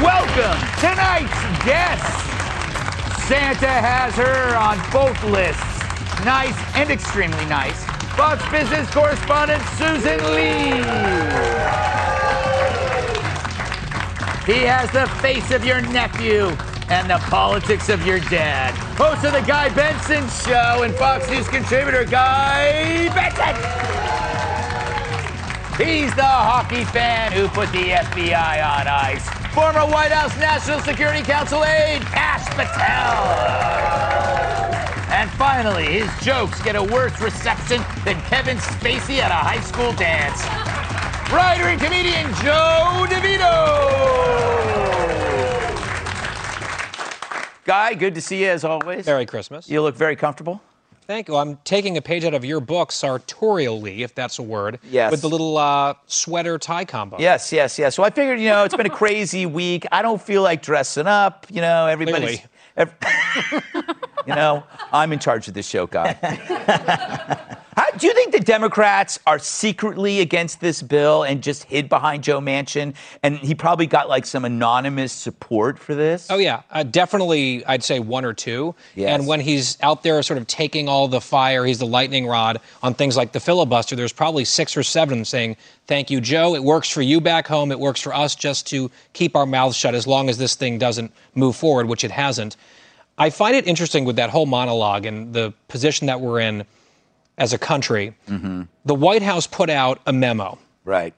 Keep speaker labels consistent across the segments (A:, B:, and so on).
A: Welcome tonight's guest. Santa has her on both lists. Nice and extremely nice. Fox Business correspondent Susan Lee. He has the face of your nephew and the politics of your dad. Host of the Guy Benson Show and Fox News contributor Guy Benson. He's the hockey fan who put the FBI on ice. Former White House National Security Council aide, Ash Patel. And finally, his jokes get a worse reception than Kevin Spacey at a high school dance. Writer and comedian Joe DeVito. Guy, good to see you as always.
B: Merry Christmas.
A: You look very comfortable.
B: Thank you. I'm taking a page out of your book, sartorially, if that's a word.
A: Yes.
B: With the little uh, sweater tie combo.
A: Yes, yes, yes. So I figured, you know, it's been a crazy week. I don't feel like dressing up. You know, everybody's.
B: Clearly.
A: ev- you know, I'm in charge of this show, guy. How, do you think the Democrats are secretly against this bill and just hid behind Joe Manchin? And he probably got like some anonymous support for this.
B: Oh yeah, uh, definitely. I'd say one or two.
A: Yes.
B: And when he's out there, sort of taking all the fire, he's the lightning rod on things like the filibuster. There's probably six or seven saying, "Thank you, Joe. It works for you back home. It works for us just to keep our mouths shut as long as this thing doesn't move forward, which it hasn't." I find it interesting with that whole monologue and the position that we're in as a country. The White House put out a memo
A: Right.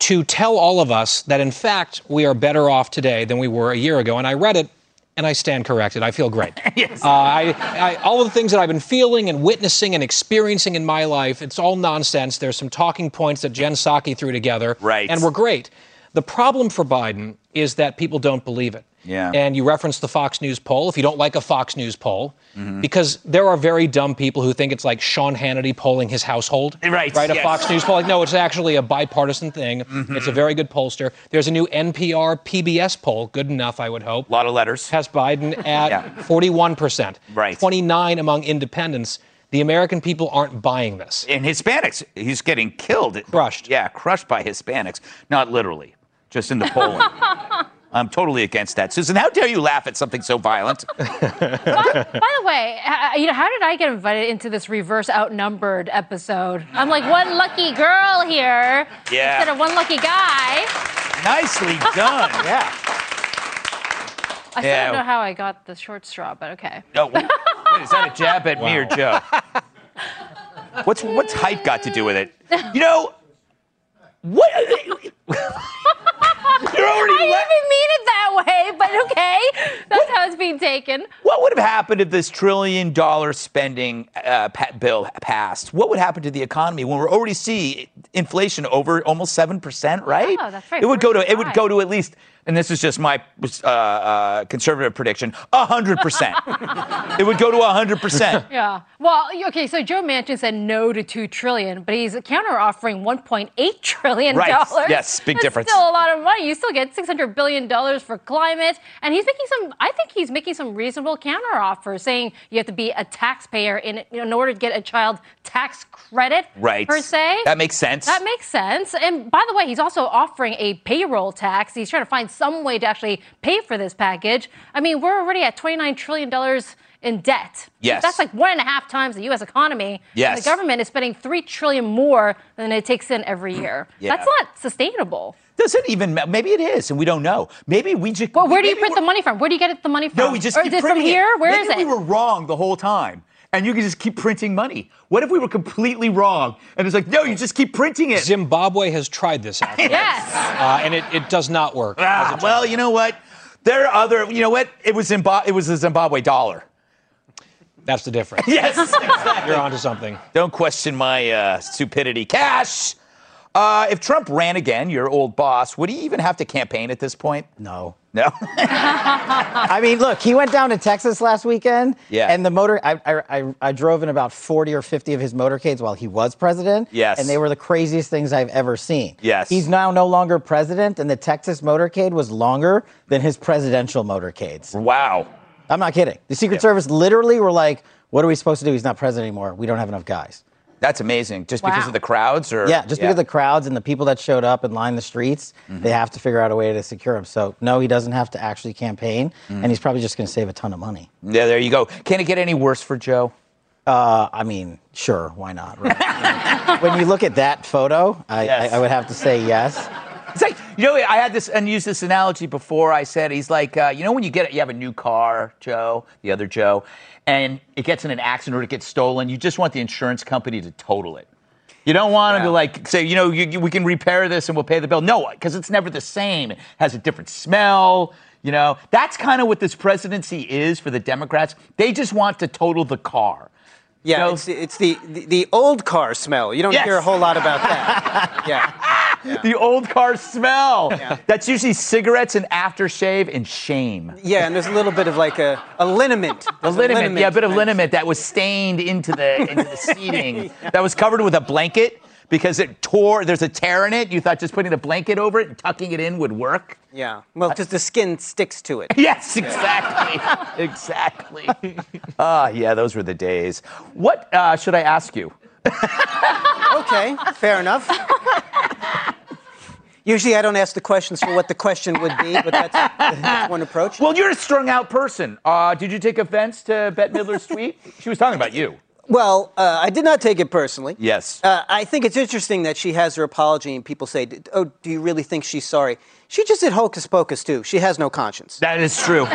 B: to tell all of us that in fact we are better off today than we were a year ago. And I read it and I stand corrected. I feel great. yes. uh, I, I, all of the things that I've been feeling and witnessing and experiencing in my life, it's all nonsense. There's some talking points that Jen Psaki threw together.
A: Right.
B: And we're great. The problem for Biden is that people don't believe it.
A: Yeah.
B: And you referenced the Fox News poll. If you don't like a Fox News poll,
A: Mm-hmm.
B: because there are very dumb people who think it's like Sean Hannity polling his household.
A: Right,
B: Right. A
A: yes. Mm-hmm.
B: Fox News poll. Like, no, it's actually a bipartisan thing. It's a very good pollster. There's a new NPR PBS poll. Good enough, I would hope.
A: A lot of letters.
B: Has Biden
A: Yeah.
B: at 41%.
A: Right.
B: 29 among independents. The American people aren't buying this.
A: And Hispanics, he's getting killed.
B: Crushed.
A: Yeah, crushed by Hispanics. Not literally, just in the polling. I'm totally against that. Susan, how dare you laugh at something so violent?
C: By the way, h- you know, how did I get invited into this reverse outnumbered episode? I'm like one lucky girl here
A: Yeah.
C: instead of one lucky guy.
A: Nicely done. Yeah.
C: I
A: Yeah.
C: still don't know how I got the short straw, but okay.
A: No, wait, wait, is that a jab at me or Joe? What's what's hype got to do with it? You know, what? You're
C: I
A: already.
C: didn't
A: La-
C: even mean it that way, but okay. That's how it's being taken.
A: what would have happened if this trillion dollar spending uh, pa- bill passed? What would happen to the economy when we're already see inflation over almost seven percent? Right?
C: Yeah, Oh, that's right,
A: It would go to it would
C: high.
A: go to at least, and this is just my uh, uh, conservative prediction, hundred percent. It would go to hundred percent.
C: Yeah. Well, y- okay, so Joe Manchin said no to 2 trillion, but he's counter offering 1.8 trillion
A: Right.
C: dollars.
A: Yes, big
C: That's
A: difference.
C: Still a lot of money. You still get 600 billion dollars for climate, and he's making some I think he's making some reasonable counter offers saying you have to be a taxpayer in in order to get a child tax credit
A: Right.
C: per se.
A: That makes sense.
C: That makes sense. And by the way, he's also offering a payroll tax. He's trying to find some way to actually pay for this package. I mean, we're already at $29 trillion in debt.
A: Yes.
C: That's like one and a half times the U.S. economy.
A: Yes.
C: And the government is spending $3 trillion more than it takes in every year.
A: Yeah.
C: That's not sustainable.
A: Does it even matter? Maybe it is, and we don't know. Maybe we just.
C: Well, where do you
A: maybe
C: print the
A: we're-
C: money from? Where do you get the money from?
A: No, we just
C: Oh. Or
A: keep
C: is it from
A: printing
C: here? Where
A: maybe
C: is
A: we
C: it?
A: were wrong the whole time, and you can just keep printing money. What if we were completely wrong? And it's like, no, you just keep printing it.
B: Zimbabwe has tried this out, uh,
C: yes.
B: and it, it does not work.
A: Ah, well, you know what? There are other. You know what? It was Zimbabwe. It was the Zimbabwe dollar.
B: That's the difference.
A: Yes, exactly.
B: You're onto something.
A: Don't question my uh, stupidity, Cash. Uh, if Trump ran again, your old boss, would he even have to campaign at this point?
D: No.
A: No.
D: I mean, look, he went down to Texas last weekend.
A: Yeah.
D: And the motor, I, I, I, I drove in about 40 or 50 of his motorcades while he was president.
A: Yes.
D: And they were the craziest things I've ever seen.
A: Yes.
D: He's now no longer president, and the Texas motorcade was longer than his presidential motorcades.
A: wow.
D: I'm not kidding. The Secret Service literally were like, what are we supposed to do? He's not president anymore. We don't have enough guys.
A: That's amazing. Just because
C: Wow.
A: of the crowds, or
D: Yeah, just because the crowds and the people that showed up and lined the streets,
A: Mm-hmm.
D: they have to figure out a way to secure him. So no, he doesn't have to actually campaign,
A: Mm-hmm.
D: and he's probably just going to save a ton of money.
A: yeah. There you go. Can it get any worse for Joe?
D: Uh, I mean, sure, why not? right? when you look at that photo, I,
A: Yes.
D: I, I would have to say yes.
A: It's like you know, I had this and used this analogy before. I said he's like uh, you know when you get you have a new car, Joe, the other Joe, and it gets in an accident or it gets stolen. You just want the insurance company to total it. You don't want them to
E: Yeah.
A: like say you know you, you- we can repair this and we'll pay the bill. No, because it's never the same. It has a different smell. You know that's kind of what this presidency is for the Democrats. They just want to total the car.
E: Yeah,
A: No.
E: it's, it's the, the the old car smell. You don't
A: Yes.
E: hear a whole lot about that. yeah.
A: The old car smell. That's usually cigarettes and aftershave and shame.
E: Yeah, and there's a little bit of like a, a liniment.
A: A
E: There's
A: liniment, yeah, a bit of
E: kind
A: liniment that was stained into the into the seating. That was covered with a blanket because it tore. There's a tear in it. You thought just putting a blanket over it and tucking it in would work.
E: Yeah. Well, because the skin sticks to it.
A: Yes, exactly, exactly. Ah, yeah, those were the days. What uh, should I ask you?
E: Okay, fair enough. Usually I don't ask the questions for what the question would be, but that's, that's one approach.
A: Well, you're a strung out person. Uh, did you take offense to Bette Midler's tweet? She was talking about you.
E: Well, uh, I did not take it personally.
A: Yes.
E: Uh, I think it's interesting that she has her apology and people say, "D- oh, do you really think she's sorry? She just did hocus pocus too. She has no conscience.
A: that is true.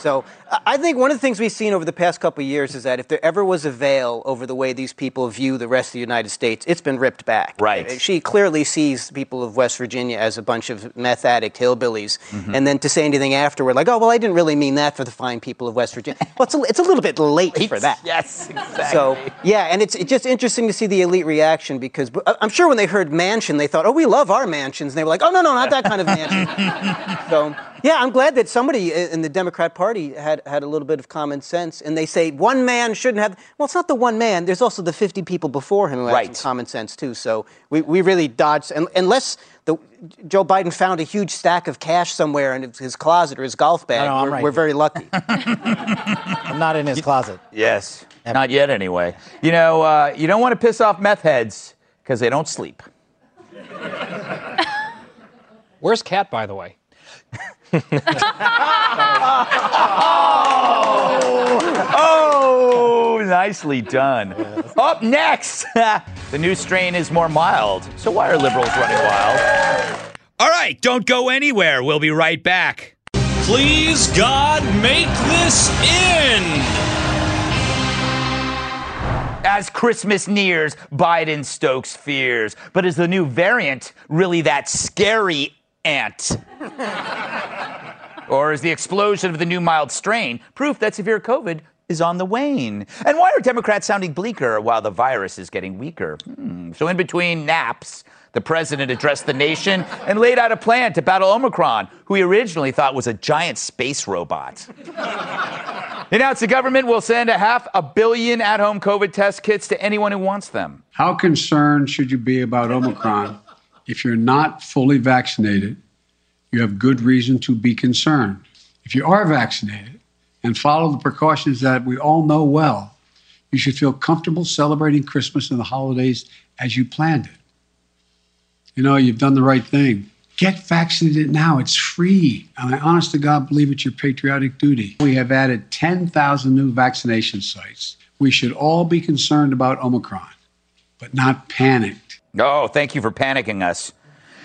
E: So I- I think one of the things we've seen over the past couple of years is that if there ever was a veil over the way these people view the rest of the United States, it's been ripped back.
A: Right.
E: Uh, She clearly sees the people of West Virginia as a bunch of meth addict hillbillies, and then to say anything afterward, like, oh well, I didn't really mean that for the fine people of West Virginia. Well, it's a, it's a little bit late for that.
A: Yes, exactly.
E: So yeah, and it's, it's just interesting to see the elite reaction because b- I- I'm sure when they heard mansion, they thought, oh, we love our mansions, and they were like, oh no, no, not that kind of mansion. so yeah, I'm glad that somebody i- in the Democrat Party had had a little bit of common sense, and they say one man shouldn't have. Well, it's not the one man. There's also the 50 people before him who had
A: Right.
E: some common sense too. So we, we really dodged un- unless. The, Joe Biden found a huge stack of cash somewhere in his closet or his golf
D: No,
E: bag.
D: no, I'm
E: we're,
D: right
E: we're
D: here.
E: very lucky.
D: I'm not in his closet.
A: Yes. Not yet, anyway. You know, uh, you don't want to piss off meth heads because they don't sleep.
B: Where's Kat, by the way?
A: Oh, nicely done. Up next, the new strain is more mild. So why are liberals running wild? All right, don't go anywhere. We'll be right back.
F: Please, God, make this end.
A: As Christmas nears, Biden stokes fears. But is the new variant really that scary ant? or is the explosion of the new mild strain proof that severe COVID is on the wane? And why are Democrats sounding bleaker while the virus is getting weaker? Hmm. So, in between naps, the president addressed the nation and laid out a plan to battle Omicron, who he originally thought was a giant space robot. He announced the government will send a half a billion at home COVID test kits to anyone who wants them.
G: How concerned should you be about Omicron? If you're not fully vaccinated, you have good reason to be concerned. If you are vaccinated and follow the precautions that we all know well, you should feel comfortable celebrating Christmas and the holidays as you planned it. You know, you've done the right thing. Get vaccinated now. It's free. And I honest to God believe it's your patriotic duty. We have added 10,000 new vaccination sites. We should all be concerned about Omicron but not panicked.
A: Oh, thank you for panicking us.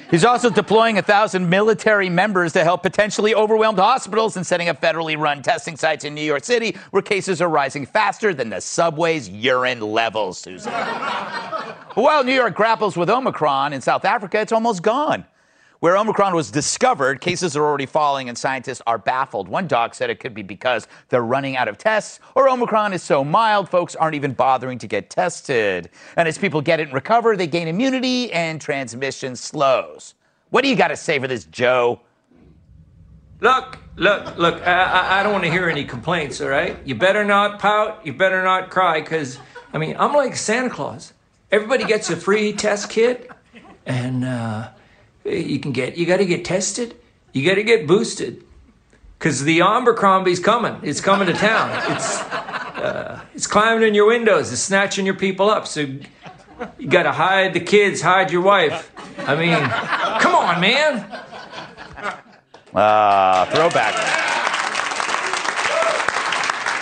A: He's also deploying a thousand military members to help potentially overwhelmed hospitals and setting up federally run testing sites in New York City where cases are rising faster than the subway's urine levels, Susan. While New York grapples with Omicron in South Africa, it's almost gone. Where Omicron was discovered, cases are already falling and scientists are baffled. One doc said it could be because they're running out of tests, or Omicron is so mild, folks aren't even bothering to get tested. And as people get it and recover, they gain immunity and transmission slows. What do you got to say for this, Joe?
H: Look, look, look, I, I, I don't want to hear any complaints, all right? You better not pout, you better not cry, because, I mean, I'm like Santa Claus. Everybody gets a free test kit, and uh, you can get, you got to get tested, you got to get boosted, because the Omicron's coming. It's coming to town. It's, uh, it's climbing in your windows, it's snatching your people up. So You gotta hide the kids, hide your wife. I mean, come on, man.
A: Ah, throwback.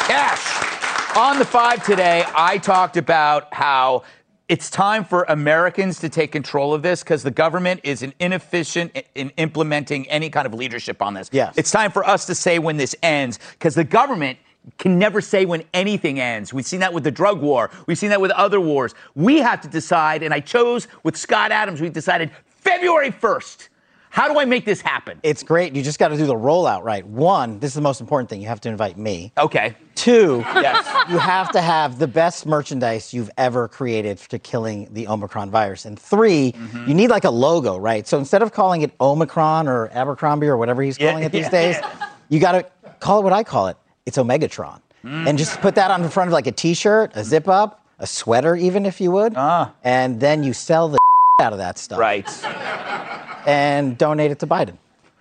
A: Cash. On the five today, I talked about how it's time for Americans to take control of this because the government is an inefficient i- in implementing any kind of leadership on this.
D: Yes.
A: It's time for us to say when this ends because the government can never say when anything ends. We've seen that with the drug war, we've seen that with other wars. We have to decide, and I chose with Scott Adams, we decided February 1st. How do I make this happen?
D: It's great. You just got to do the rollout right. One, this is the most important thing. You have to invite me.
A: Okay.
D: Two,
A: Yes.
D: you have to have the best merchandise you've ever created to killing the Omicron virus. And 3
A: Mm-hmm.
D: you need like a logo, right? So instead of calling it Omicron or Abercrombie or whatever he's
A: Yeah,
D: calling it these
A: yeah.
D: days, you got to call it what I call it. It's Omegatron.
A: Mm.
D: And just put that on the front of like a t-shirt, a zip up, a sweater even if you would.
A: Ah.
D: And then you sell the out of that stuff
A: Right.
D: and donate it to Biden.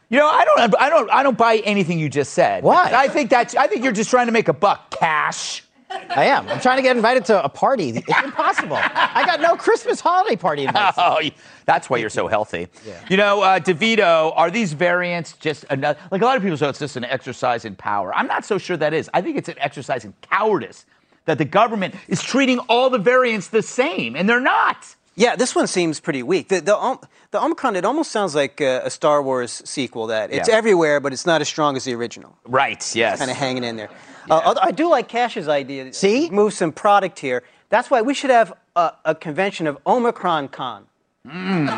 A: You know, I don't, I don't, I don't buy anything you just said.
D: Why?
A: I think that's, I think you're just trying to make a buck, cash.
D: I am. I'm trying to get invited to a party. It's impossible. I got no Christmas holiday party invites.
A: Oh, you- that's why you're so healthy. You know, uh, DeVito, are these variants just another? Like a lot of people say, it's just an exercise in power. I'm not so sure that is. I think it's an exercise in cowardice that the government is treating all the variants the same, and they're not.
E: Yeah, this one seems pretty weak. The, the, Om- the Omicron, it almost sounds like a, a Star Wars sequel that it's
A: Yeah.
E: everywhere, but it's not as strong as the original.
A: Right. Yes.
E: Kind of hanging in there. Uh, although I do like Cash's idea. to
D: See?
E: Move some product here. That's why we should have a, a convention of Omicron Con.
A: Mm.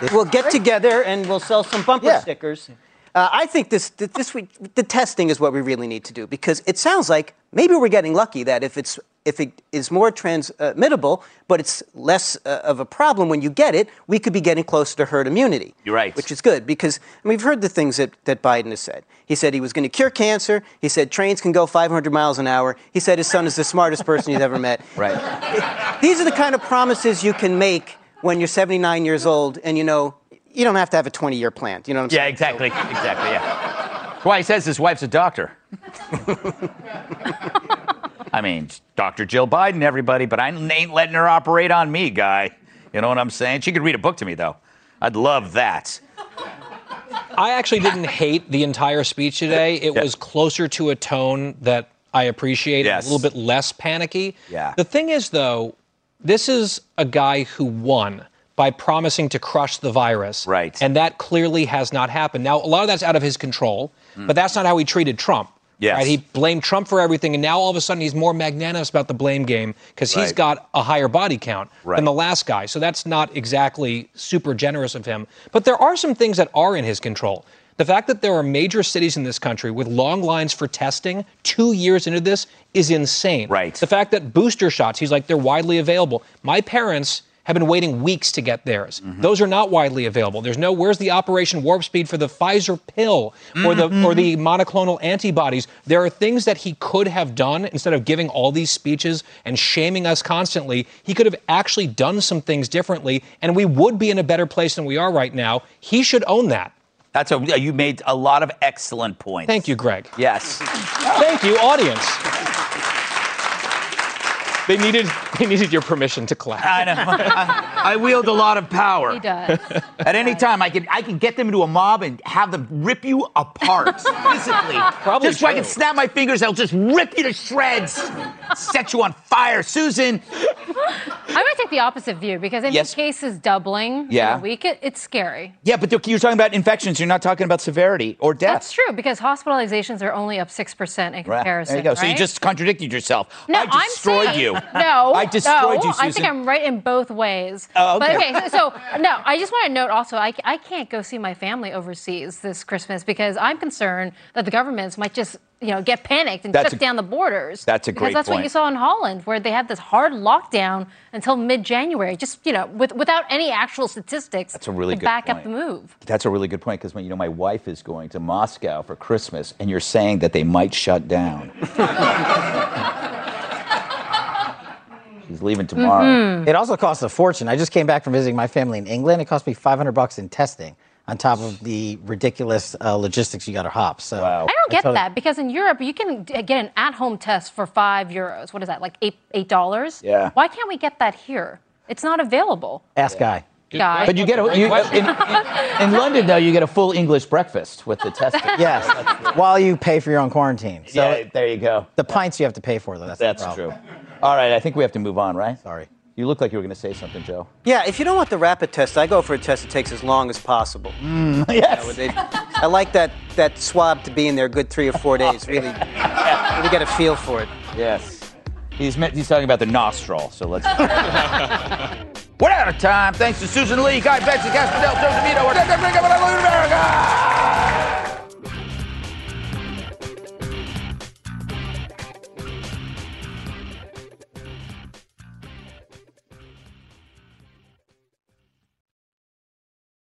E: And we'll get together and we'll sell some bumper
D: Yeah.
E: stickers. Uh, I think this, th- this we, the testing is what we really need to do because it sounds like maybe we're getting lucky that if it's if it is more transmittable, but it's less uh, of a problem when you get it, we could be getting closer to herd immunity.
A: You're right.
E: Which is good because I mean, we've heard the things that, that Biden has said. He said he was going to cure cancer. He said trains can go 500 miles an hour. He said his son is the smartest person he's ever met.
A: Right.
E: These are the kind of promises you can make when you're 79 years old and you know you don't have to have a 20 year plan. You know what I'm saying?
A: Yeah. Exactly. Exactly. Yeah. That's why he says his wife's a doctor. I mean, Dr. Jill Biden, everybody, but I ain't letting her operate on me, guy. You know what I'm saying? She could read a book to me, though. I'd love that.
B: I actually didn't hate the entire speech today. It
A: Yeah.
B: was closer to a tone that I appreciated,
A: Yes.
B: a little bit less panicky.
A: Yeah.
B: The thing is, though, this is a guy who won by promising to crush the virus.
A: Right.
B: And that clearly has not happened. Now, a lot of that's out of his control, but that's not how he treated Trump.
A: Yes.
B: Right? He blamed Trump for everything, and now all of a sudden he's more magnanimous about the blame game because he's
A: Right.
B: got a higher body count
A: Right.
B: than the last guy. So that's not exactly super generous of him. But there are some things that are in his control. The fact that there are major cities in this country with long lines for testing two years into this is insane.
A: Right.
B: The fact that booster shots, he's like, they're widely available. My parents have been waiting weeks to get theirs. Those are not widely available. There's no where's the operation warp speed for the Pfizer pill or the or the monoclonal antibodies. There are things that he could have done instead of giving all these speeches and shaming us constantly. He could have actually done some things differently and we would be in a better place than we are right now. He should own that.
A: That's a uh, you made a lot of excellent points.
B: Thank you, Greg.
A: Yes.
B: Thank you, audience. They needed they needed your permission to clap.
A: I know. I, I wield a lot of power.
C: He does.
A: At any time, I can I can get them into a mob and have them rip you apart physically.
B: Probably
A: just so I can
B: true.
A: snap my fingers, they'll just rip you to shreds, set you on fire. Susan,
C: I'm going to take the opposite view because I think
A: Yes.
C: cases doubling
A: Yeah.
C: in a week, it, it's scary.
A: Yeah, but you're talking about infections. You're not talking about severity or death.
C: That's true because hospitalizations are only up 6% in
A: Right.
C: comparison.
A: There you go. So you
C: right?
A: just contradicted yourself.
C: No,
A: I destroyed
C: am saying,
A: you.
C: No,
A: I destroyed
C: no,
A: you,
C: I
A: Susan.
C: think I'm right in both ways.
A: Oh, okay.
C: But okay, so, so, no, I just want to note also, I, I can't go see my family overseas this Christmas because I'm concerned that the governments might just, you know, get panicked and
A: That's
C: shut
A: a-
C: down the borders.
A: that's a
C: because
A: great
C: that's
A: point.
C: what you saw in Holland, where they had this hard lockdown until mid-January, just you know, with, without any actual statistics
A: That's a really
C: to
A: good
C: back
A: point.
C: up the move.
A: That's a really good point because you know my wife is going to Moscow for Christmas, and you're saying that they might shut down. She's leaving tomorrow.
C: Mm-hmm.
D: It also costs a fortune. I just came back from visiting my family in England. It cost me 500 bucks in testing. on top of the ridiculous uh, logistics you got to hop. So
C: I don't get
D: totally-
C: that because in Europe you can d- get an at-home test for five euros. What is that? Like eight eight dollars?
A: Yeah.
C: Why can't we get that here? It's not available,
D: ask Guy.
C: guy.
A: But you get a, you, in, in, in London though, you get a full English breakfast with the test.
D: Yes, while you pay for your own quarantine. So
A: yeah, there you go.
D: the pints you have to pay for, though. That's,
A: That's
D: the problem.
A: true. All right, I think we have to move on, right?
D: Sorry.
A: You look like you were going to say something, Joe.
E: Yeah, if you don't want the rapid test, I go for a test that takes as long as possible.
A: yes.
E: They- I like that that swab to be in there a good three or four days. Really, really get a feel for it.
A: Yes. He's meant, he's talking about the nostril, so let's.
I: We're out of time. Thanks to Susan Lee, Guy Betsy, Caspidel, Joe DeVito. We're- Bring it on, America!